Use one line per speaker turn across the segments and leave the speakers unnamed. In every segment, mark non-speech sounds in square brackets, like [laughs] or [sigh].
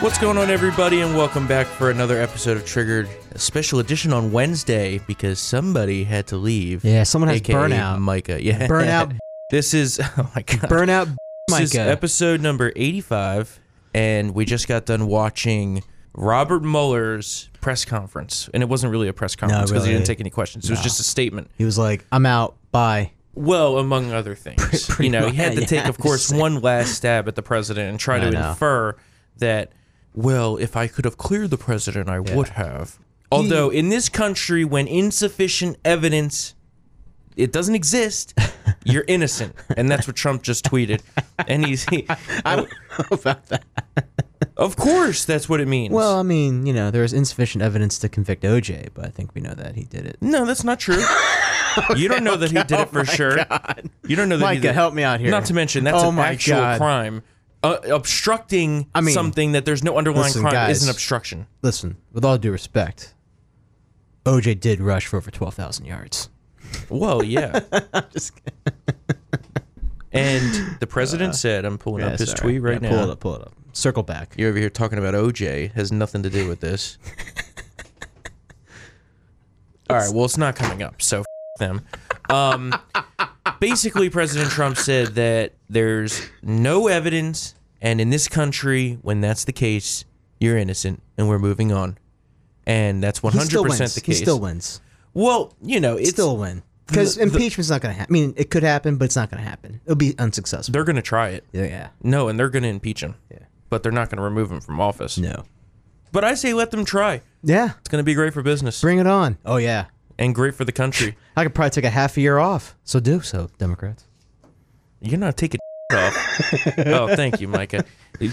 What's going on, everybody, and welcome back for another episode of Triggered, a special edition on Wednesday because somebody had to leave.
Yeah, someone has
AKA
burnout.
Micah. [laughs] Yeah,
Burnout,
This is [laughs] oh my god.
burnout,
This is
[laughs] Micah.
episode number 85, and we just got done watching Robert Mueller's press conference. And it wasn't really a press conference because he
really.
didn't take any questions. It was just a statement.
he was like, "I'm out. Bye."
Well, among other things.
pretty
you know, he had to
much,
take,
[laughs] yeah,
of course,
same.
one last stab at the president and try
I
to
know.
infer that, well, if I could have cleared the president, I would have. Although, in this country, when insufficient evidence it doesn't exist,
[laughs]
you're innocent. And that's what Trump just tweeted. And he's,
[laughs]
he, [laughs] of course, that's what it means.
Well, um, I mean, you know, there was insufficient evidence to convict OJ, but I think we know that he did it.
no, that's not
[laughs]
true. you don't know that he did it for sure. You don't know that he
Oh Micah,
did
help me out here.
Not to mention that's
Oh
an
my
actual
God.
crime. Uh, obstructing
I mean-
something that there's no underlying
Listen,
crime
guys.
is an obstruction.
Listen, with all due respect, OJ did rush for over twelve thousand yards.
Well,
[laughs]
yeah. and the president said, "I'm pulling
Uh, Yeah,
up his
sorry.
tweet right
Yeah,
now.
Pull it up. Pull it up. Circle back.
You're over here talking about OJ has nothing to do with
[laughs]
this." All right. Well, it's not coming up, so f- them. Um, basically, President Trump said that there's no evidence, and in this country, when that's the case, you're innocent, and we're moving on. And that's 100%
He still wins.
the
He
case.
still wins.
Well, you know, it's
still win. Because
the- the-
impeachment's not going to happen. I mean, it could happen, but it's not going to happen. It'll be unsuccessful.
they're going to try it.
Yeah.
No, and they're going to impeach him.
Yeah.
But they're not going to remove him from office.
No.
But I say let them try.
Yeah.
It's going to be great for business
Bring it on. Oh yeah.
and great for the country.
I could probably take a half a year off. So do so, Democrats.
You're not taking [laughs] off. oh, thank you, Micah.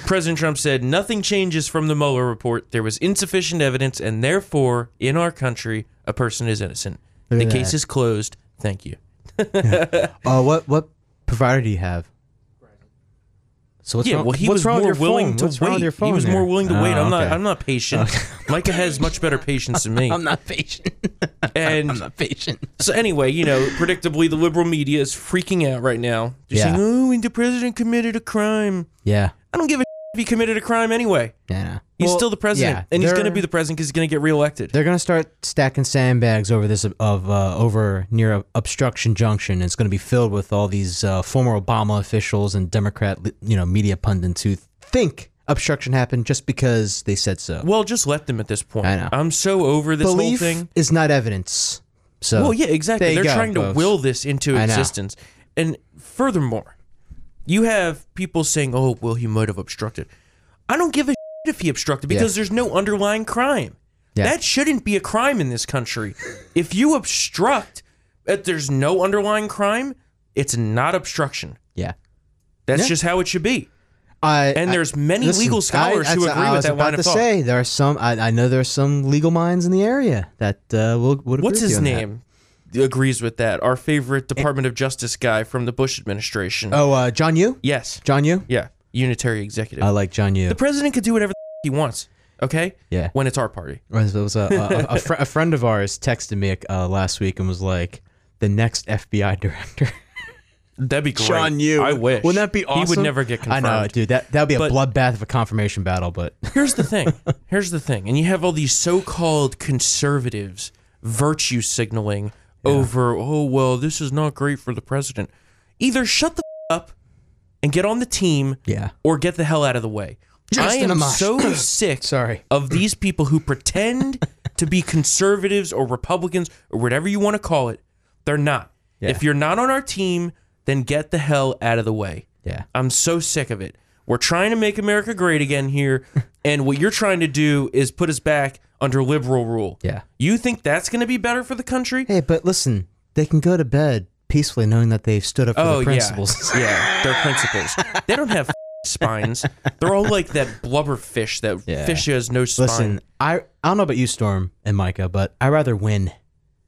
President Trump said nothing changes from the Mueller report. There was insufficient evidence, and therefore, in our country, a person is innocent.
Look
The
at
case
that.
is closed. Thank you.
Oh, what what provider do you have? So what's
Yeah,
wrong?
well, he
what's
was
wrong
more
with your
willing
phone?
to
what's
wait.
Wrong with your phone
he was more
there?
willing to wait.
Oh,
I'm not.
okay. [laughs]
I'm not patient. Micah has much better patience than me.
I'm
[laughs]
not patient.
and
I'm not patient.
So anyway, you know, predictably, the liberal media is freaking out right now. They're
Yeah.
saying, "Oh, and the president committed a crime."
Yeah.
I don't give a [laughs] if he committed a crime anyway.
Yeah.
He's
Well,
still the president,
yeah,
and he's going to
they're-
be the president because he's going to get reelected.
They're gonna start stacking sandbags over this of uh, over near obstruction junction. It's gonna be filled with all these uh, former Obama officials and Democrat you know media pundits who think obstruction happened just because they said so.
Well, just let them at this point.
I know.
am so over this
Belief
whole thing.
is not evidence. So
Well, yeah, exactly.
There you
They're
go,
trying to
folks.
will this into
I know.
existence. And furthermore, you have people saying, "Oh, well, he might have obstructed." I don't give a if he obstructed because there's no underlying crime.
Yeah.
That shouldn't be a crime in this country. if you obstruct, if there's no underlying crime, it's not obstruction.
yeah.
That's
Yeah.
just how it should be.
I,
And
I-
there's many
listen,
legal scholars
I,
who
that's-
agree
I
with
was
that
about
line
to
of thought.
say there are some. I, I know there are some legal minds in the area that uh, will would agree
What's
with
his
you on that.
name? Agrees with that. Our favorite Department of Justice guy from the Bush administration.
Oh, uh, John Yu.
Yes.
John Yu.
Yeah. Unitary executive.
I like John Yu.
the president could do whatever the he wants. Okay.
Yeah.
When it's our party.
It was a, a, a, fr- a friend of ours texted me uh, last week and was like, "The next
[laughs]
FBI director,
That'd be great.
John Yu."
I wish.
Wouldn't that be awesome?
He would never get confirmed.
I know, dude. That that'd be a
But-
bloodbath of a confirmation battle. But [laughs]
Here's the thing. Here's the thing. And you have all these so-called conservatives virtue signaling over, oh well, this is not great for the president. Either shut the f- up and get on the team
yeah,
or get the hell out of the way. I
Justin
am
Amash. [coughs]
so sick
Sorry.
of these people who
[laughs]
pretend to be conservatives or Republicans or whatever you want to call it. They're not.
Yeah.
If you're not on our team, then get the hell out of the way.
yeah,
I'm so sick of it. We're trying to make America great again
[laughs]
here, and what you're trying to do is put us back under liberal rule.
yeah.
You think that's going to be better for the country?
Hey, but listen, they can go to bed peacefully knowing that they've stood up for
Oh
the principles.
yeah, [laughs] yeah, their principles. They don't
[laughs]
have spines. They're all like that blubberfish. That
Yeah.
fish who has no spine.
[laughs] Listen, I I don't know about you, Storm and Micah, but I rather win.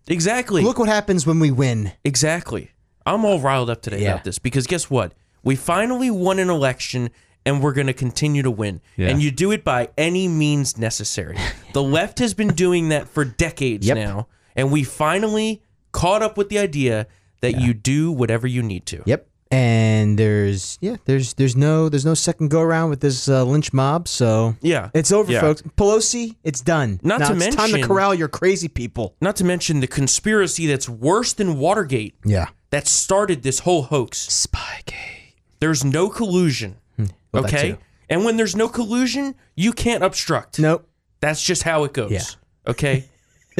exactly,
Look what happens when we win.
exactly. I'm all riled up today
Yeah.
about this because guess what? We finally won an election, and we're going to continue to win.
Yeah.
And you do it by any means
[laughs]
necessary. the left has been doing that for decades
Yep.
now, and we finally caught up with the idea that you do whatever you need to.
Yep. and there's yeah, there's there's no there's no second go around with this uh, lynch mob. So
Yeah.
it's over,
Yeah.
folks. Pelosi, it's done.
Not
now
to
it's time to
mention-
corral your crazy people.
Not to mention the conspiracy that's worse than Watergate
Yeah,
that started this whole hoax.
Spygate.
There's no collusion.
Hmm. Well, that
okay?
too.
And when there's no collusion, you can't obstruct.
Nope.
That's just how it goes.
Yeah. [laughs]
Okay?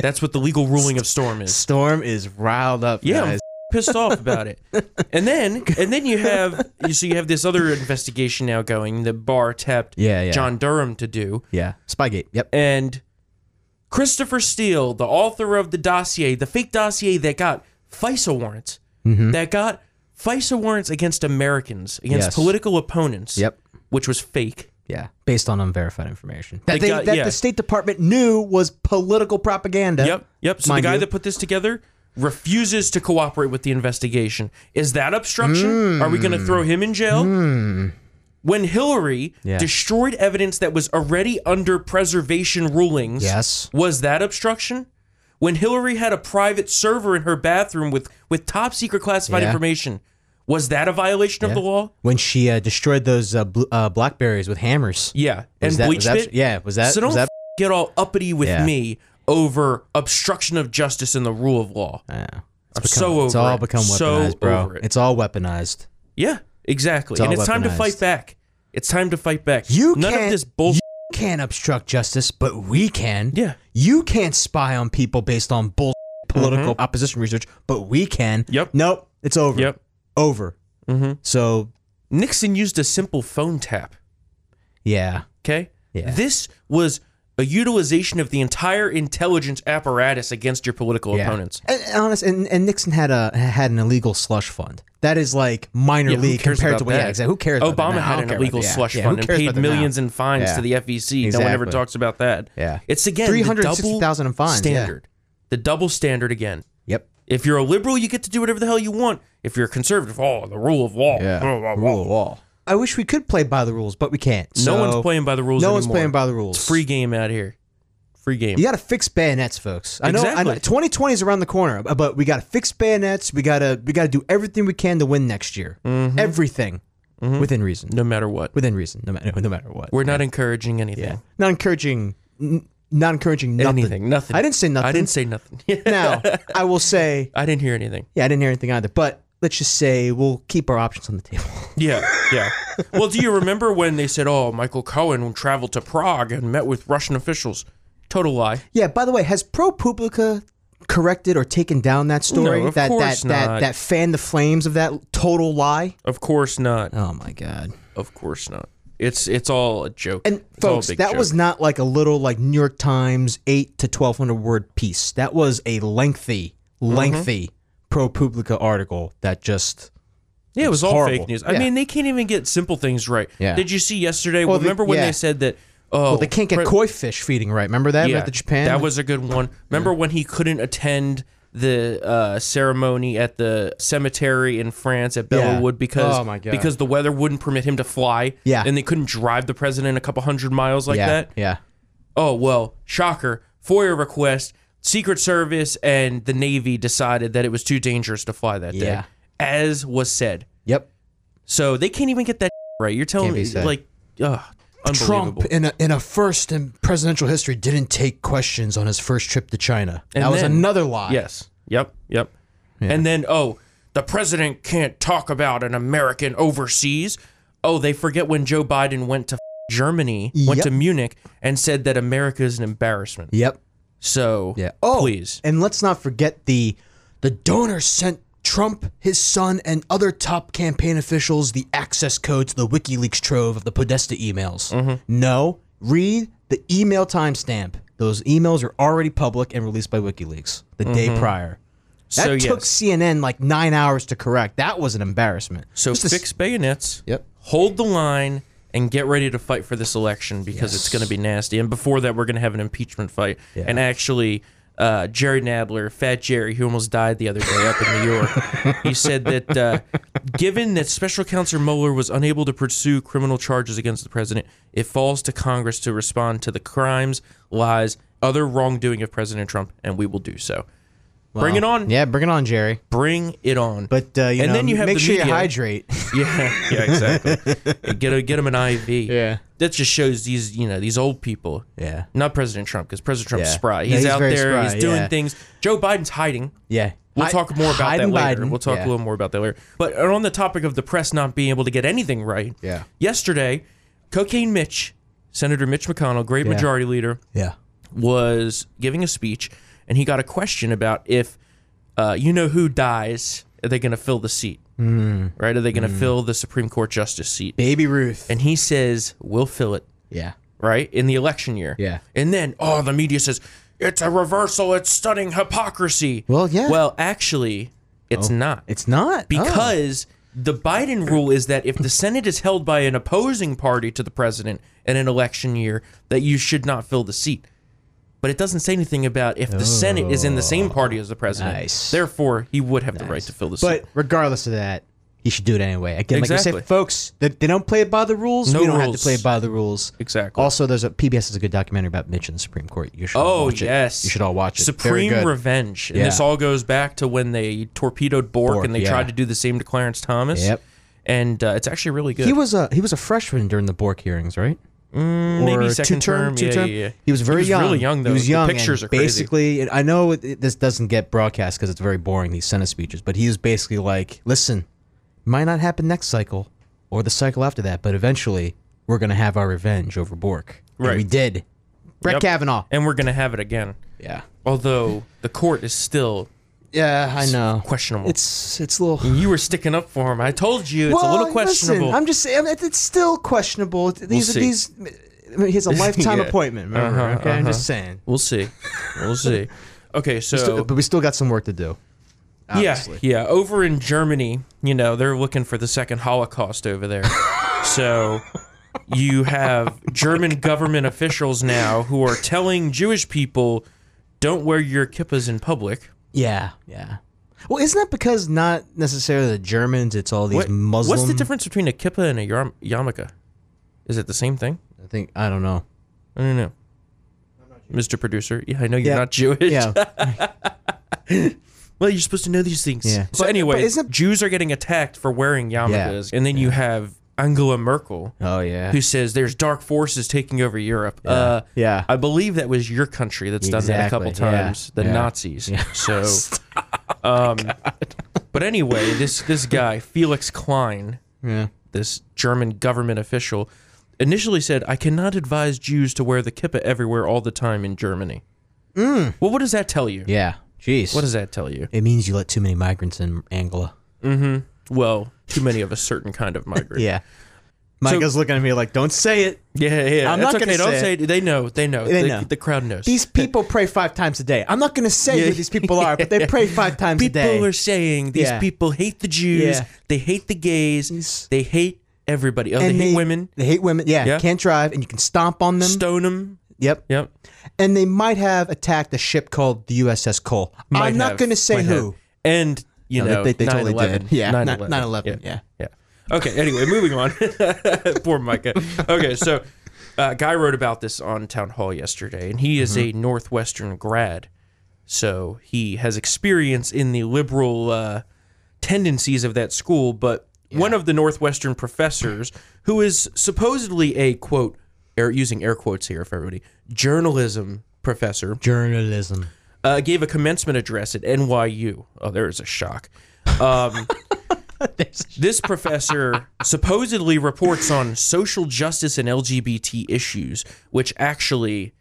That's what the legal ruling of Storm is.
Storm is riled up.
Yeah, I'm
guys.
[laughs] pissed off about
[laughs]
it. And then and then you have you so you have this other investigation now going that Barr tapped
Yeah, yeah.
John Durham to do.
yeah. Spygate. Yep.
And Christopher Steele, the author of the dossier, the fake dossier that got FISA warrants,
Mm-hmm.
that got FISA warrants against Americans, against
Yes.
political opponents,
Yep.
which was fake.
Yeah, based on unverified information that,
They
they,
got-
that
yeah.
the State Department knew was political propaganda.
Yep, yep. So
Mind
the guy
you.
that put this together refuses to cooperate with the investigation. Is that obstruction? Are we going to throw him in jail? When Hillary
Hmm. Yeah.
destroyed evidence that was already under preservation rulings,
Yes.
was that obstruction? When Hillary had a private server in her bathroom with with top secret classified
Yeah.
information, was that a violation of the law?
When she uh, destroyed those uh, bl- uh, blackberries with hammers.
Yeah,
Was
and
that- was
bleached
that-
it.
Yeah, was that?
so don't
was that
f- get all uppity with
Yeah.
me over obstruction of justice and the rule of law.
Yeah. It's
so
it's
over
all
it.
become
So
weaponized, bro.
over it.
It's all weaponized.
Yeah, exactly.
all
and it's time to
weaponized.
fight back. It's time to fight back.
You
none
can't-
of this bullshit.
You can't obstruct justice, but we can.
Yeah. Mm-hmm.
You can't spy on people based on
[laughs]
bull political opposition research, but we can.
Yep.
Nope. It's over.
Yep.
Over. Mm-hmm. So
Nixon used a simple phone tap.
yeah,
Okay.
Yeah.
This was a utilization of the entire intelligence apparatus against your political
yeah.
opponents.
And, and honest, and, and Nixon had a had an illegal slush fund. That is like minor
Yeah, who
league
cares
compared
about
to what.
that?
Yeah, exactly. Who cares?
Obama
about that now? I
had
don't
an
care
illegal
about that.
slush
Yeah,
fund
who
and
cares
paid
about that now?
millions in fines
Yeah.
to the FEC. No one ever
Exactly.
talks about that.
Yeah.
It's again the double
360,000 in fines, yeah.
standard. The double standard again.
Yep.
If you're a liberal, you get to do whatever the hell you want. If you're a conservative, oh, the rule of law. Blah, blah, blah.
Rule of law. I wish we could play by the rules, but we can't.
No one's
So-
playing by the rules.
No one's
anymore.
playing by the rules.
Free game out here. Free game.
You got to fix bayonets, folks. I know, I know
Exactly.
2020 is around the corner, but we got to fix bayonets. We got to we got to do everything we can to win next year. Everything within reason.
Mm-hmm. No matter what.
Within reason, no matter [laughs] no matter what.
We're not encouraging anything.
yeah. not encouraging n- not encouraging nothing.
Anything. Nothing.
I didn't say nothing.
I didn't say nothing. [laughs]
now, I will say
I didn't hear anything.
yeah, I didn't hear anything either, but let's just say we'll keep our options on the table. [laughs]
Yeah. Yeah. well, do you remember when they said, oh, Michael Cohen traveled to Prague and met with Russian officials? Total lie.
Yeah. By the way, has ProPublica corrected or taken down that story?
No, of
that
course
that
not.
that that fanned the flames of that total lie.
Of course not.
Oh my god.
Of course not. It's it's all a joke.
And
It's all a
folks,
big
that
joke.
was not like a little like New York Times eight to twelve hundred word piece. That was a lengthy,
Mm-hmm.
lengthy ProPublica article that just
Yeah, it was all
horrible.
fake news. I
Yeah.
mean, they can't even get simple things right.
Yeah.
Did you see yesterday?
Well, they-
remember when
yeah.
they said that? Oh,
they can't get
Pre-
koi fish feeding right. Remember that
Yeah,
at the Japan?
That was a good one. Remember when he couldn't attend the uh, ceremony at the cemetery in France at
Yeah.
Bellewood because
Oh, my God.
because the weather wouldn't permit him to fly.
Yeah.
and they couldn't drive the president a couple hundred miles like
yeah,
that.
yeah.
Oh well, shocker! FOIA request. Secret Service and the Navy decided that it was too dangerous to fly that day,
Yeah.
as was said.
Yep.
So they can't even get that [laughs] right. You're telling
Can't be
me
said.
like, ugh, unbelievable.
Trump in a in a first in presidential history didn't take questions on his first trip to China.
And
that was
then-
another lie.
Yes. Yep. Yep. And then oh, the president can't talk about an American overseas. Oh, they forget when Joe Biden went to Germany, went
Yep.
to Munich, and said that America is an embarrassment.
Yep.
So
Yeah. Oh,
please.
And let's not forget the the donor sent Trump, his son, and other top campaign officials the access code to the WikiLeaks trove of the Podesta emails.
Mm-hmm.
No, read the email timestamp. Those emails are already public and released by WikiLeaks the day prior. That
Mm-hmm. So,
took
yes.
CNN like nine hours to correct. That was an embarrassment.
So
Just a s-
fix bayonets.
Yep.
Hold the line and get ready to fight for this election because it's going to be nasty. And before that, we're going to have an impeachment fight. And actually, uh, Jerry Nadler, Fat Jerry, who almost died the other day up in New
[laughs]
York, he said that uh, given that Special Counsel Mueller was unable to pursue criminal charges against the president, it falls to Congress to respond to the crimes, lies, other wrongdoing of President Trump, and we will do so. Bring it on.
Yeah, bring it on, Jerry.
Bring it on.
But uh, you
And
know,
then you have
make
the
sure you
media. [laughs]
hydrate.
yeah, yeah, exactly. get a, get him an IV.
Yeah.
That just shows these you know these old people.
yeah,
Not President Trump because President Trump's
Yeah.
spry.
Yeah,
He's,
he's
out
very
there.
spry,
he's doing
yeah.
things. Joe Biden's hiding.
yeah.
We'll
Hi-
talk more about
Hiding
that later.
Biden.
We'll talk
Yeah.
a little more about that later. But on the topic of the press not being able to get anything right,
Yeah.
yesterday, Cocaine Mitch, Senator Mitch McConnell, great majority leader,
Yeah,
was giving a speech, and he got a question about if uh, you know who dies, are they going to fill the seat? Mm. Right? Are they going to fill the Supreme Court justice seat?
Baby Ruth.
And he says, "We'll fill it."
yeah,
right? In the election year.
Yeah.
And then, oh, the media says it's a reversal. It's stunning hypocrisy.
Well, yeah.
Well, actually, it's not
it's not Oh.
because the Biden rule is that if the Senate is held by an opposing party to the president in an election year, that you should not fill the seat. But it doesn't say anything about if the Senate is in the same party as the president.
Oh. Nice.
Therefore, he would have the right to fill the seat.
But regardless of that, he should do it anyway. Again, like I
Exactly.
said, folks, they, they don't play by the rules.
No
we don't have to
rules.
play by the rules.
Exactly.
Also, there's a PBS has a good documentary about Mitch and the Supreme Court. You should all
Oh
watch it.
yes,
you should all watch it. Very
Supreme
good.
Revenge, and
Yeah.
this all goes back to when they torpedoed Bork,
Bork,
and they
yeah.
tried to do the same to Clarence Thomas.
Yep.
and uh, it's actually really good.
He was a he was a freshman during the Bork hearings, right? Mm,
maybe second term. Yeah,
two-term?
yeah, yeah.
He was very
He was
young.
really young, though.
He was
The
young. and
pictures are crazy.
Basically, and I know it- it, this doesn't get broadcast because it's very boring these Senate speeches, but he was basically like, "Listen, might not happen next cycle or the cycle after that, but eventually we're going to have our revenge over Bork." And
Right.
we did. Brett
Yep.
Kavanaugh.
and we're gonna have it again.
Yeah.
Although the court is still
Yeah, I know.
questionable.
It's it's a little.
you were sticking up for him. I told you it's a little questionable.
I'm just saying it- it's still questionable. These
see.
these. I mean, he has a
[laughs]
lifetime
Yeah.
appointment. Remember?
Uh-huh,
okay, I'm
uh-huh.
just saying.
we'll see. We'll see. Okay, so
Still- but we still got some work to do. obviously.
Yeah, yeah. Over in Germany, you know, they're looking for the second Holocaust over
[laughs]
there. so you have German government officials now who are telling Jewish people, don't wear your kippas in public.
Yeah, yeah. Well, isn't that because not necessarily the Germans? It's all these
What-
Muslim.
What's the difference between a kippa and a yarm- yarmulke? Is it the same thing?
I think I don't
[laughs]
know.
I don't know. Mr. Producer, yeah, I know you're
Yeah.
not Jewish.
Yeah,
Well, you're supposed to know these things.
Yeah.
So
But-
anyway,
but isn't-
Jews are getting attacked for wearing yarmulkes, and then you have Angela Merkel,
[laughs] oh yeah,
who says there's dark forces taking over Europe. Uh,
yeah.
I believe that was your country that's done that a couple
Exactly, yeah,
times. The
yeah.
Nazis. So,
[laughs]
um, but anyway, this this guy Felix Klein,
yeah.
this German government official, initially said, "I cannot advise Jews to wear the kippa everywhere all the time in Germany."
Mm.
Well, what does that tell you?
yeah. Jeez,
What does that tell you?
it means? You let too many migrants in Angela.
Well, too many of a certain kind of migrant.
[laughs] Yeah, Micah's looking at me like, "Don't
[laughs]
say it."
yeah, yeah.
I'm
That's
not gonna
okay. Don't
say
say it. They know. They know.
They
the,
know.
The crowd knows.
These people pray five times a day. I'm not going to say who these people are,
[laughs]
but they pray five times a day.
people are saying these
Yeah.
people hate the Jews,
Yeah.
they hate the gays,
These-
they hate everybody. Oh, they hate women.
They hate women. Yeah,
Yeah.
can't drive, and you can stomp on them.
Stone them.
yep.
Yep.
and they might have attacked a ship called the USS Cole.
Might
I'm not
have.
going to say
Might have.
who.
And you
No,
know,
they- they totally
9/11.
did. Yeah,
9/11.
9/11,
yeah. Okay. Anyway, moving on. [laughs] Poor Micah. Okay, so uh, guy wrote about this on Town Hall yesterday, and he is
Mm-hmm.
a Northwestern grad, so he has experience in the liberal uh, tendencies of that school. But one of the Northwestern professors, who is supposedly a quote, air, using air quotes here for everybody, journalism professor,
Journalism.
uh, gave a commencement address at NYU. Oh, there is a shock.
[laughs]
Um, this professor supposedly reports on social justice and LGBT issues, which actually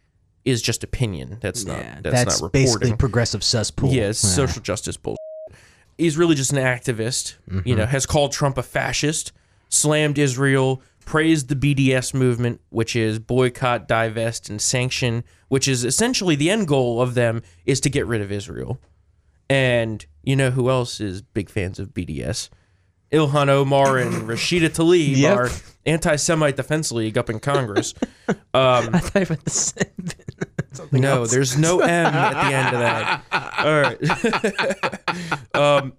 is just opinion. That's not that's,
That's
not
basically
reporting.
progressive cesspool.
Yeah, it's social justice bull. He's really just an activist. You know, has called Trump a fascist, slammed Israel, praised the BDS movement, which is boycott, divest, and sanction, which is essentially the end goal of them is to get rid of Israel. And you know who else is big fans of BDS? Ilhan Omar and Rashida Tlaib
Yep.
are anti-Semite defense league up in Congress.
I thought you meant the same.
No, there's no M at the end of that. All right. [laughs] um,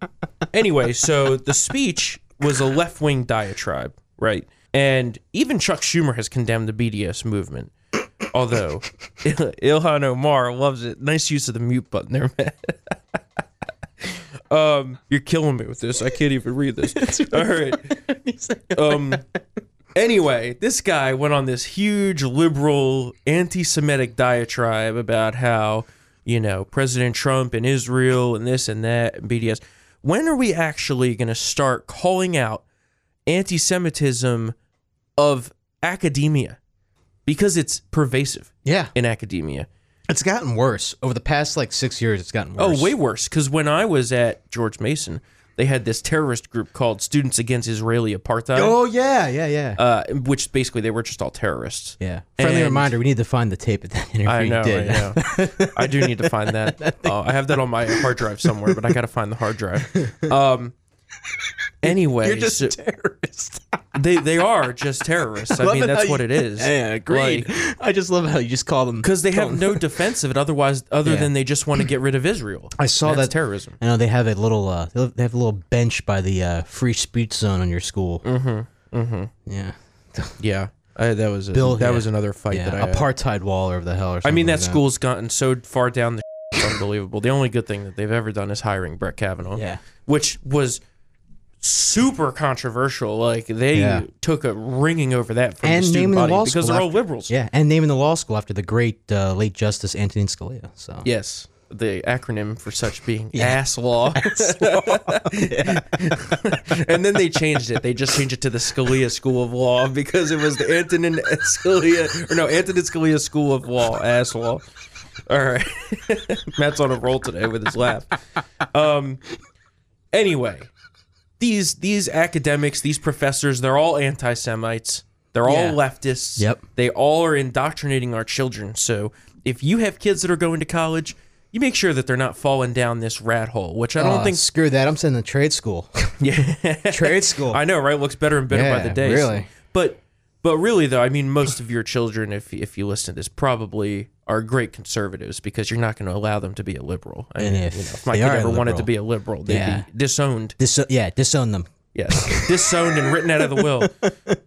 anyway, so the speech was a left wing diatribe, right? And even Chuck Schumer has condemned the BDS movement. [laughs] Although Il- Ilhan Omar loves it. Nice use of the mute button there, man. [laughs] Um, you're killing me with this. I can't even read this. All right. Um, anyway, this guy went on this huge liberal anti-Semitic diatribe about how you know President Trump and Israel and this and that and BDS. When are we actually going to start calling out anti-Semitism of academia because it's pervasive
Yeah.
in academia?
It's gotten worse. Over the past like six years, it's gotten worse.
Oh, way worse. Because when I was at George Mason, they had this terrorist group called Students Against Israeli Apartheid,
Oh, yeah, yeah, yeah.
uh, which basically they were just all terrorists.
yeah. Friendly
and-
reminder, we need to find the tape of that interview
I know,
you did. [laughs]
I know. I do need to find that. Uh, I have that on my hard drive somewhere, but I got to find the hard drive. Um, anyway,
You're just
so
a terrorist.
they they are just terrorists. I mean,
Love it how
that's
you-
what it is.
[laughs] Yeah, agreed. I just love how you just call them.
Because they have no defense of it, otherwise, other
Yeah.
than they just want to get rid of Israel.
I saw
That's
that-
terrorism.
I know they have a little. Uh, they have- they have a little bench by the uh, free speech zone in your school. Mm-hmm. Mm-hmm. Yeah.
Yeah, I, that was a,
Bill-
that
yeah.
was another fight that I uh,
Yeah. Apartheid wall or the hell or
I
something.
mean, that
like
school's gotten so far down the [laughs] it's unbelievable. The only good thing that they've ever done is hiring Brett Kavanaugh,
Yeah.
which was super controversial. Like they
Yeah.
took a ringing over that from
And
the student
naming the
body
law
because
school
they're all
after-
liberals.
Yeah, and naming the law school after the great uh, late Justice Antonin Scalia. So
Yes, the acronym for such being ass
[laughs]
law. and then they changed it. They just changed it to the Scalia School of Law because it was the Antonin Scalia or no Antonin Scalia School of Law ass law. All right, [laughs] Matt's on a roll today with his laugh. Um, anyway, these these academics, these professors, they're all anti-Semites. They're
Yeah.
all leftists.
Yep.
They all are indoctrinating our children. So if you have kids that are going to college, you make sure that they're not falling down this rat hole, which I don't
Uh,
think.
Screw that! I'm sending to trade school. [laughs]
[laughs] Yeah.
trade school.
I know, right? Looks better and better by
Yeah,
the day.
really.
But but really though, I mean, most of your children, if if you listen to this, probably are great conservatives because you're not going to allow them to be a liberal. I
And
mean,
if
you know, if my
they
kid
are a
ever wanted to
liberal-
be a liberal, they'd
Yeah.
be disowned.
Dis- yeah, disown them. [laughs]
Yes, disowned and written out of the will.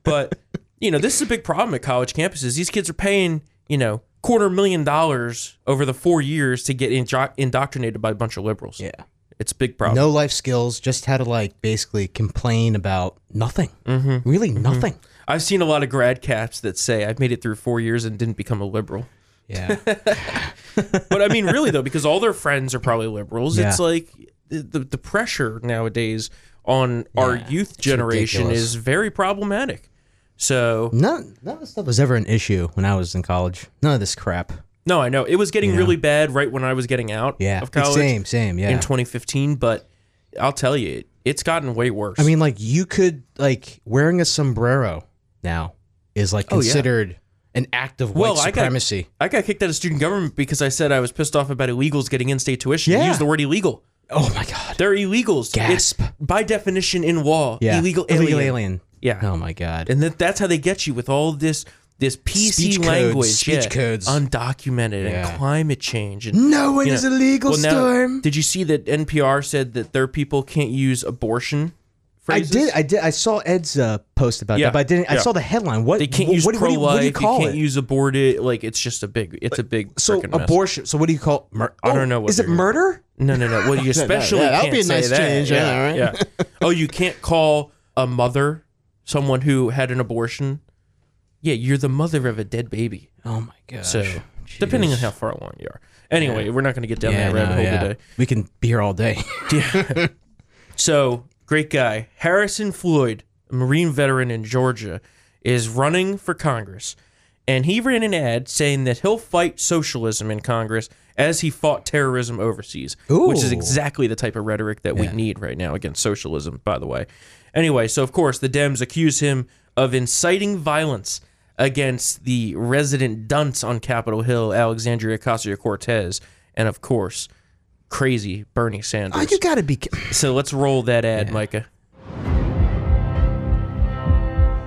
But you know, this is a big problem at college campuses. These kids are paying you know quarter million dollars over the four years to get indo- indoctrinated by a bunch of liberals.
Yeah.
it's a big problem.
No life skills. Just how to like basically complain about nothing. Mm-hmm. Really nothing.
I've seen a lot of grad caps that say I've made it through four years and didn't become a liberal. [laughs]
Yeah.
But I mean, really though, because all their friends are probably liberals.
Yeah.
It's like the, the the pressure nowadays on our
Yeah,
youth
it's
generation
ridiculous.
is very problematic. So
none, none of this stuff was ever an issue when I was in college. None of this crap.
no, I know it was getting really bad right when I was getting out
Yeah.
of college
Same. Same. Yeah.
in 2015. But I'll tell you, it, it's gotten way worse.
I mean, like you could like wearing a sombrero now is like
Oh, yeah.
considered an act of white
Well, I got-
supremacy.
I got kicked out of student government because I said I was pissed off about illegals getting in-state tuition.
Yeah.
Use the word illegal.
oh my god.
They're illegals.
Gasp.
It's by definition in law.
Yeah.
Illegal, alien. Yeah.
Oh my god.
And that, that's how they get you with all this this PC
Speech codes,
language.
speech
yeah.
codes.
Undocumented
Yeah.
and climate change and
no, it
you
is
know,
illegal,
well, now,
Storm.
Did you see that NPR said that their people can't use abortion
I
phrases?
did. I did. I saw Ed's uh, post about
Yeah,
that, but I didn't. I
yeah.
saw the headline. What
They can't
what,
use
what, do
pro
you- what
life.
do you
You,
call
can't
it?
use aborted. Like it's just a big. It's a big.
so
frickin' mess.
abortion. So what do you call? Mur- I
don't know what
Oh, Is it
you're-
murder?
No, no,
[laughs]
no. Well, you especially
that would
can't
be a
say
nice
that.
change,
Yeah,
yeah,
yeah. [laughs] Oh, you can't call a mother someone who had an abortion. Yeah, you're the mother of a dead baby.
Oh my god.
So, depending on how far along you are. Anyway, we're not going to get down that rabbit hole today.
We can be here
[laughs]
all day.
So, great guy. Harrison Floyd, a Marine veteran in Georgia, is running for Congress. And he ran an ad saying that he'll fight socialism in Congress as he fought terrorism overseas, which is
Ooh.
exactly the type of rhetoric that we need right now against socialism, by the way. Anyway, so of course, the Dems accuse him of inciting violence against the resident dunce on Capitol Hill, Alexandria Ocasio Cortez, and of course, crazy Bernie Sanders.
oh, you got to be.
So let's roll that ad, Micah.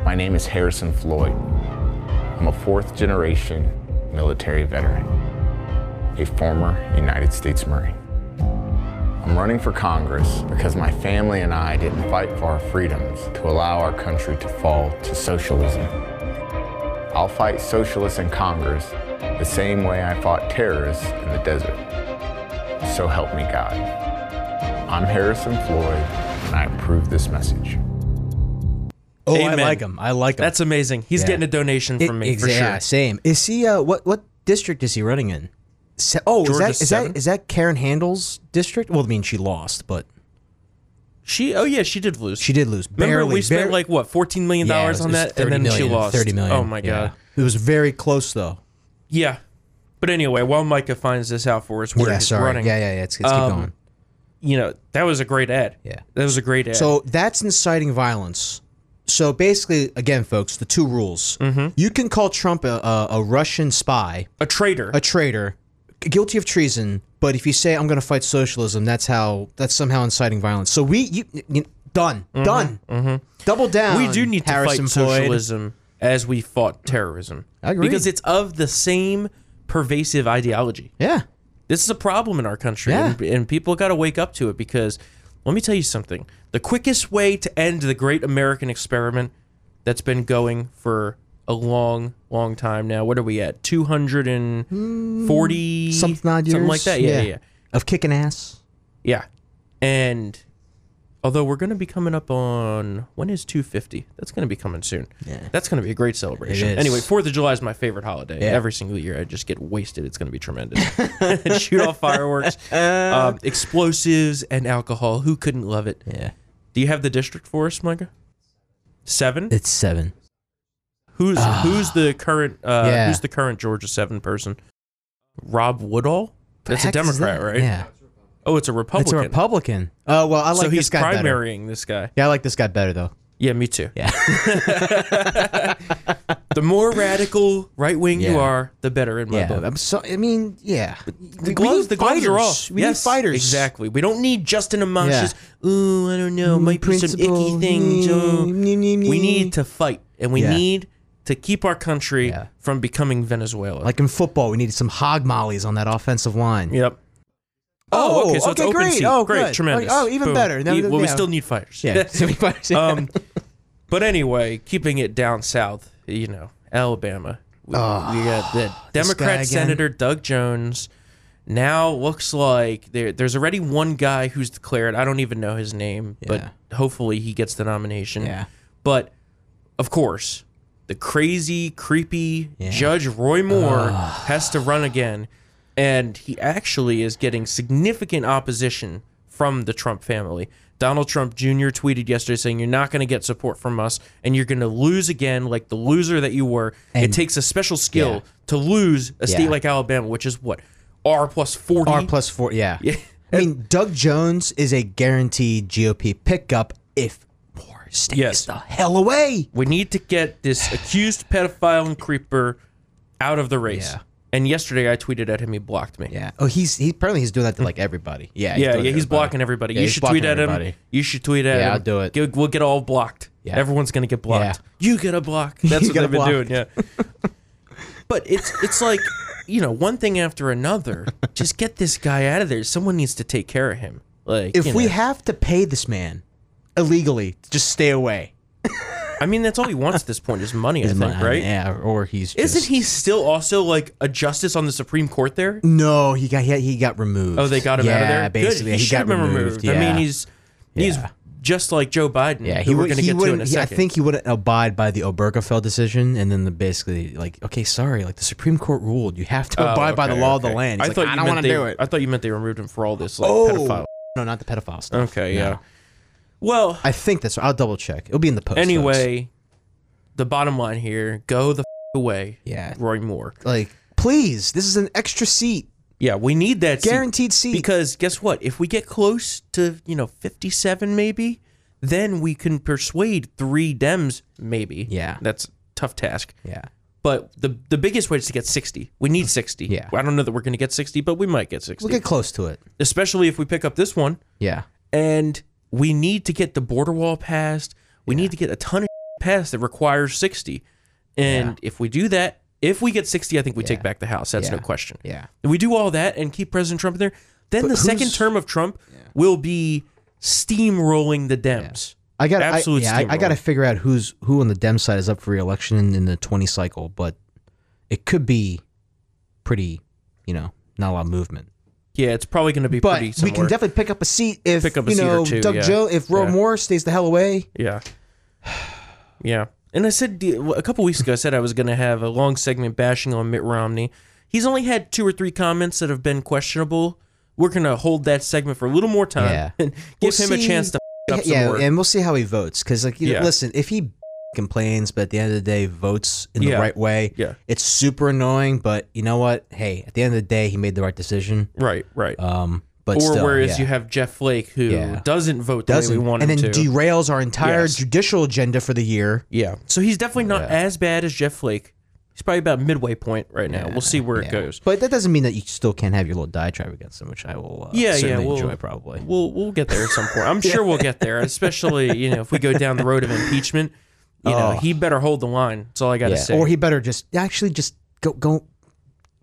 My name is Harrison Floyd. I'm a fourth generation military veteran, a former United States Marine. I'm running for Congress because my family and I didn't fight for our freedoms to allow our country to fall to socialism. I'll fight socialists in Congress the same way I fought terrorists in the desert. So help me God. I'm Harrison Floyd, and I approve this message.
Oh,
Amen.
I like him. I like him.
That's amazing. He's
Yeah.
getting a donation
It-
from me
exa- yeah,
for sure.
same. Is he? Uh, what what district is he running in? Se- oh, is
Georgia
that is
seven?
that is that Karen Handel's district? Well, I mean, she lost, but
She oh yeah, she did lose.
she did lose.
Remember
barely,
we spent
bare-
like what fourteen million
Yeah, it
dollars
was-
on
it was
that, and then
30
she
million,
lost.
Thirty million.
Oh my
yeah.
god.
it was very close though.
Yeah. But anyway, while Micah finds this out for us, where
yeah,
he's
sorry.
running,
Yeah, yeah, yeah. Let's, let's keep
Um,
going.
you know, that was a great ad.
Yeah.
That was a great ad.
So that's inciting violence. So basically, again, folks, the two rules:
Mm-hmm.
you can call Trump a, a, a Russian spy,
a traitor.
a traitor, g- guilty of treason. But if you say I'm going to fight socialism, that's how that's somehow inciting violence. So we you, you- done done double down.
Mm-hmm, we do need
Harrison
to fight
Floyd.
socialism as we fought terrorism.
I agree.
Because it's of the same pervasive ideology.
Yeah,
This is a problem in our country,
Yeah.
and, and people got to wake up to it because let me tell you something. The quickest way to end the great American experiment that's been going for a long, long time now. What are we at? 240
Hmm, something odd years,
something like that. Yeah, yeah, yeah.
of kicking ass.
Yeah. And although we're going to be coming up on when is 250? That's going to be coming soon. Yeah. That's going to be a great celebration.
It is.
Anyway, 4th of July is my favorite holiday. Every single year I just get wasted. It's going to be tremendous. [laughs] Shoot off
[laughs]
fireworks, um, explosives and alcohol. Who couldn't love it?
Uh, Yeah,
Do you have the district for us, Micah? 7?
it's seven.
Who's who's the current uh,
Yeah.
who's the current Georgia 7 person? Rob Woodall? That's a
Heck is
Democrat,
that?
right?
Yeah,
Oh, it's a Republican.
it's a Republican. Oh well, I like
so
this
he's
guy better.
primarying this guy.
Yeah, I like this guy better though.
Yeah, me too.
Yeah.
[laughs] the more radical right wing
Yeah.
you are, the better in my
Yeah,
book.
I'm um, so. I mean, yeah.
The gloves, the gloves are off.
We
Yes,
need fighters.
Exactly. We don't need Justin Amash. Ooh, I don't know. Might be some icky
principle.
things. oh."
Nee, nee, nee.
We need to fight, and we
Yeah.
need to keep our country
Yeah.
from becoming Venezuela.
Like in football, we needed some hog mollies on that offensive line.
yep. Oh, okay. So it's open
great.
seat.
Oh,
great.
good.
Tremendous.
Oh, even
Boom.
better. Now
E-
that-
well, we
yeah.
still need fighters. [laughs]
Yeah. [laughs] so we fighters- [laughs]
Um, but anyway, keeping it down south, you know, Alabama. We, we got the
Ah, guy again.
Democrat Senator Doug Jones. Now looks like there, there's already one guy who's declared. I don't even know his name, but hopefully he gets the nomination.
Yeah.
But of course, the crazy, creepy Judge Roy Moore has to run again, and he actually is getting significant opposition from the Trump family. Donald Trump Jr. tweeted yesterday saying, You're not going to get support from us, and you're going to lose again like the loser that you were. it takes a special skill
Yeah.
to lose a state
Yeah.
like Alabama, which is what? R plus 40?
R plus four. Yeah. I mean, Doug Jones is a guaranteed GOP pickup if Moore stays
Yes.
the hell away.
We need to get
[sighs]
this accused pedophile and creeper out of the race.
Yeah.
And yesterday I tweeted at him, he blocked me.
Yeah. Oh, he's he apparently he's doing that to like everybody.
Yeah,
Yeah. doing
yeah,
it to
he's
everybody.
blocking everybody.
Yeah,
you
he's
should
blocking
tweet at him.
everybody.
You should tweet at him.
Yeah, I'll do it.
Get- we'll get all blocked.
Yeah.
Everyone's gonna get blocked. You get a block. [laughs] That's what
get a
they've been
block.
doing. Yeah. but it's it's like you know one thing after another. Just get this guy out of there. Someone needs to take care of him. Like
If
you
we
know.
have to pay this man illegally, just stay away.
I mean that's all he wants at this point is
[laughs]
money. I think
I mean,
right.
Yeah. Or he's
Isn't
just-
he still also like a justice on the Supreme Court there?
No, he got he, he got removed.
Oh, they got him
yeah,
out of there.
Basically,
Good.
he, got
should've been removed. I mean,
yeah.
he's he's
Yeah.
just like Joe Biden. who
yeah. He
we're
would.
gonna
He
get to in
wouldn't.
a
he- I
second.
think he wouldn't abide by the Obergefell decision, and then the basically like, okay, sorry, like the Supreme Court ruled, you have to
Oh,
abide by the
okay,
law of the
okay.
land. He's
I
like,
thought
I
you
don't
meant
want to
they-
do it.
I thought you meant they removed him for all this like
oh,
pedophile.
no, not the pedophile stuff.
Okay,
No.
yeah. Well,
I think that's. I'll double check. It'll be in the post. folks.
anyway, the bottom line here: go the f- away,
Yeah.
Roy Moore.
like, please, this is an extra seat,
Yeah, we need that seat.
guaranteed seat.
because guess what? If we get close to you know fifty-seven, maybe, then we can persuade three Dems, maybe.
Yeah.
that's a tough task.
yeah,
But the the biggest way is to get sixty. We need sixty.
Yeah.
I don't know that we're going to get sixty, but we might get 60
we'll get close to it.
especially if we pick up this one.
Yeah,
and we need to get the border wall passed. We need to get a ton of passed that requires 60. And if we do that, if we get 60, I think we take back the House. That's no
Yeah.
question.
yeah.
And we do all that and keep President Trump in there, then the second
who's-
term of Trump will be steamrolling the Dems.
I got I,
Absolute
yeah, I, I
steamroll.
got to figure out who's who on the Dem side is up for re-election in, in the 20 cycle, but it could be pretty, you know, not a lot of movement.
Yeah, it's probably going to be
But
pretty
we
similar.
can definitely pick up a seat if
Pick up a
you
seat or
know
two,
Doug
yeah.
Joe if Roy
Yeah.
Moore stays the hell away.
Yeah. Yeah. And I said the- a couple weeks ago, I said I was going to have a long segment bashing on Mitt Romney. He's only had two or three comments that have been questionable. We're going to hold that segment for a little more time
Yeah.
and
[laughs] We'll
give him
see-
a chance to f- up some
yeah,
work.
and we'll see how he votes because like you know,
Yeah.
listen, if he [laughs] complains, but at the end of the day votes in the
Yeah.
right way,
Yeah.
it's super annoying. But you know what? Hey, at the end of the day, he made the right decision.
right, right.
Um, but
or
still,
whereas
yeah.
you have Jeff Flake who
Yeah.
doesn't vote the
doesn't
way we want
and
him
then
to.
derails our entire
Yes.
judicial agenda for the year.
yeah. So he's definitely not as bad as Jeff Flake. He's probably about midway point right now. We'll see where it goes.
But that doesn't mean that you still can't have your little diatribe against him, which I will uh,
Yeah, yeah,
certainly
we'll-
enjoy probably.
We'll we'll get there at some point.
[laughs]
I'm sure we'll get there, especially you know if we go down the road of impeachment. You know, he better hold the line. That's all I gotta
Oh. Yeah,
say.
Or he better just actually just go go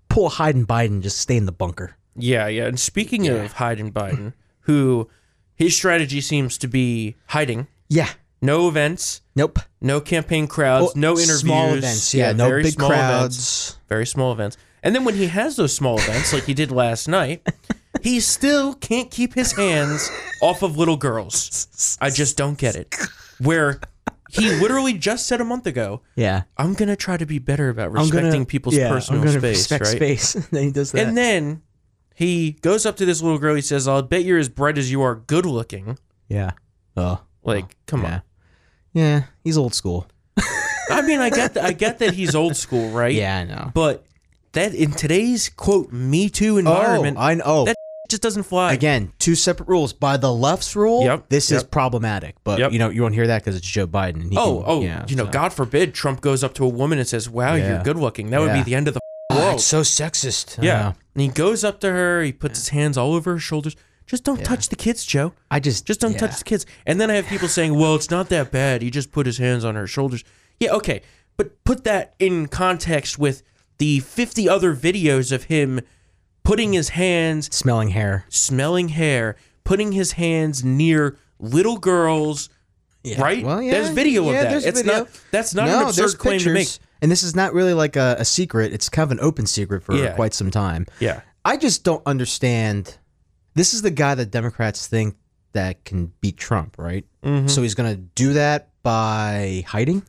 pull a Hyde and Biden, just stay in the bunker.
yeah, yeah. And speaking of Hyden Biden, who his strategy seems to be hiding,
Yeah.
no events,
Nope.
no campaign crowds, no interviews,
Small events. Yeah. no
very
big
small
crowds.
events, very small events. And then when he has those small events, like he did last
[laughs]
night, he still can't keep his hands off of little girls. I just don't get it. Where he literally just said a month ago,
Yeah.
I'm gonna try to be better about
I'm
respecting
gonna-
people's
yeah,
personal
I'm gonna
space,
respect
right?
space. [laughs] And then he does that.
And then he goes up to this little girl. He says, "I'll bet you're as bright as you are good looking."
yeah. Oh.
Like, come
Yeah. Yeah. He's old school.
on. I mean, I get that. I get that he's old school, right?
[laughs] Yeah, I know.
But that in today's quote Me Too
Oh,
environment
I know.
that just doesn't fly.
Again, two separate rules. By the left's rule,
Yep,
this is
yep. problematic,
problematic. But
Yep.
you know, you won't hear that because it's Joe Biden. and he
oh,
can-
oh,
yeah,
you know,
so-
God forbid Trump goes up to a woman and says, "Wow,
Yeah.
you're good looking." That would be
Yeah.
the end of
[laughs]
the
Oh,
world.
it's so sexist. I
yeah.
know.
And he goes up to her. He puts his hands all over her shoulders. Just don't touch the kids, Joe.
I just
Just don't
yeah.
touch the kids. And then I have people saying, well, it's not that bad. He just put his hands on her shoulders. Yeah, okay. But put that in context with the 50 other videos of him putting his hands,
smelling hair.
smelling hair, putting his hands near little girls, right?
Well, yeah.
There's video
Yeah,
of that.
there's
It's
video.
not that's not an
there's
absurd claim to make.
pictures, And this is not really like a, a secret. It's kind of an open secret for
Yeah.
quite some time.
Yeah.
I just don't understand. This is the guy that Democrats think that can beat Trump, right?
Mm-hmm.
So he's going to do that by hiding.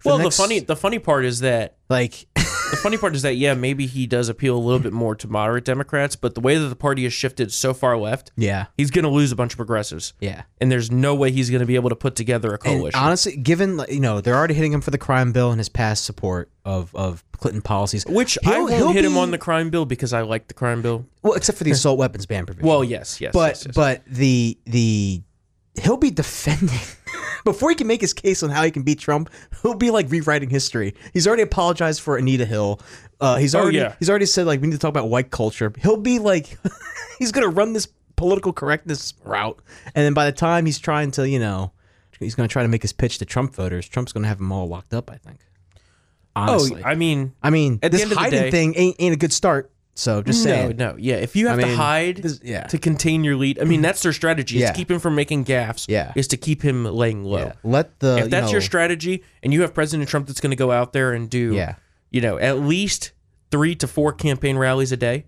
for
Well, the
next-
funny the funny part is that
like [laughs]
the funny part is that yeah, maybe he does appeal a little bit more to moderate Democrats, but the way that the party has shifted so far left,
yeah,
he's going to lose a bunch of progressives.
yeah.
and there's no way he's going to be able to put together a
And
coalition.
honestly, given like, you know they're already hitting him for the crime bill and his past support of of Clinton policies,
which I
he'll-
won't
he'll
hit him
be-
on the crime bill because I like the crime bill.
well, except for the assault weapons ban provision.
Well, yes, yes,
but
yes, yes.
but the the he'll be defending [laughs] before he can make his case on how he can beat Trump. He'll be like rewriting history. He's already apologized for Anita Hill. Uh, he's already
Oh, yeah.
he's already said like we need to talk about white culture. He'll be like [laughs] he's gonna run this political correctness route, and then by the time he's trying to you know he's gonna try to make his pitch to Trump voters, Trump's gonna have them all locked up. I think. Honestly,
oh,
I,
I mean,
mean
at the
this
end of the
hiding
day-
thing ain't, ain't a good start. So just
no,
saying.
no, yeah. If you have to
mean,
hide
this- yeah. Mm-hmm.
to contain your lead, I mean that's their strategy. Is
Yeah.
to keep him from making gaffes.
Yeah.
is to keep him laying low.
Let the
If that's
you
your
know,
strategy, and you have President Trump that's going to go out there and do,
Yeah.
you know, at least three to four campaign rallies a day,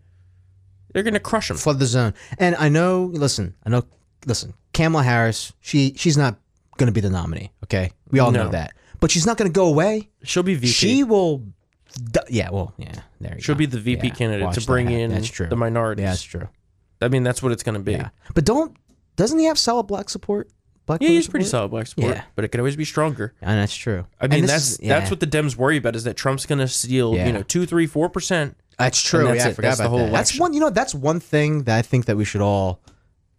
they're going to crush him.
flood the zone. And I know, listen, I know, listen, Kamala Harris, she she's not going to be the nominee. Okay, we all
No.
know that, but she's not going to go away.
She'll be VP.
She will. d- Yeah, well, yeah, there you
She'll
go.
be the VP
Yeah,
candidate to
watch
bring
that.
in
That's true.
the minorities.
Yeah, that's true.
I mean, that's what it's going to be.
Yeah, but don't doesn't he have solid black support? Black
Yeah,
voter
he's pretty
support?
solid black support,
Yeah.
but it could always be stronger.
And that's true.
I mean,
And this
that's
is- yeah,
that's what the Dems worry about is that Trump's going to steal,
Yeah.
you know, two, three, four percent.
That's true.
that's
yeah, I
it.
forgot
That's the
about
whole
that. That's
election.
one. You know, that's one thing that I think that we should all.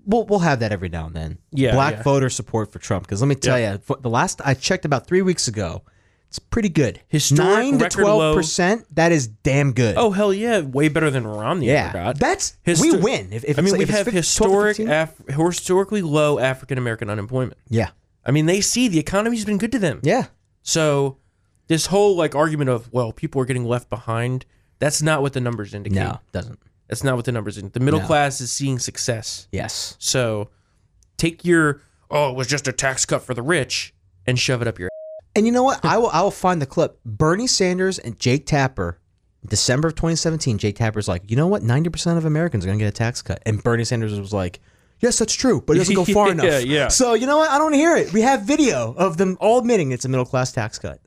We'll, we'll have that every now and then.
Yeah,
black
yeah.
voter support for Trump. Because let me tell you, the last I checked about three weeks ago, it's pretty good.
Historic
nine to
record low.
twelve percent. That is damn good.
Oh hell yeah, way better than Romney
yeah,
ever got.
that's we
Histo-
win. If, if
I
it's
mean,
like-
we
if it's
have
15
historic,
12 to 15,
Af- historically low African American unemployment.
yeah,
I mean, they see the economy's been good to them.
yeah.
So this whole like argument of well, people are getting left behind. That's not what the numbers indicate.
No, doesn't.
That's not what the numbers indicate. The middle class is seeing success.
Yes.
So take your oh, it was just a tax cut for the rich and shove it up your
And you know what? I will. I will find the clip. Bernie Sanders and Jake Tapper December of 2017, Jake Tapper's like, you know what? 90% of Americans are going to get a tax cut. And Bernie Sanders was like, yes, that's true, but it doesn't go far
Yeah,
enough.
yeah.
So, you know what? I don't hear it. We have video of them all admitting it's a middle class tax cut.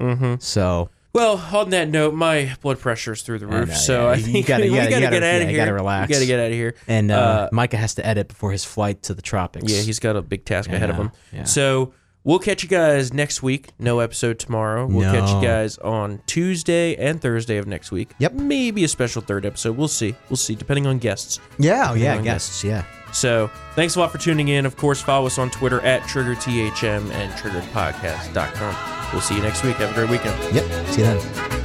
Mm-hmm. So,
Well, on that note, my blood pressure's through the roof,
know,
so
yeah.
I
You
think
gotta-
[laughs]
you
we
gotta-
gotta,
you gotta-
get out
yeah,
of
you
here.
gotta relax.
We gotta get out of here.
and uh,
Uh,
Micah has to edit before his flight to the tropics.
Yeah, he's got a big task ahead of him.
yeah.
So we'll catch you guys next week. No episode tomorrow. We'll catch you
No.
guys on Tuesday and Thursday of next week.
Yep.
Maybe a special third episode. We'll see. We'll see, depending on guests.
yeah, oh, yeah, I
Yeah.
guess. Yeah.
So thanks a lot for tuning in. Of course, follow us on Twitter at TriggerTHM and TriggeredPodcast.com. We'll see you next week. Have a great weekend.
Yep. See you then.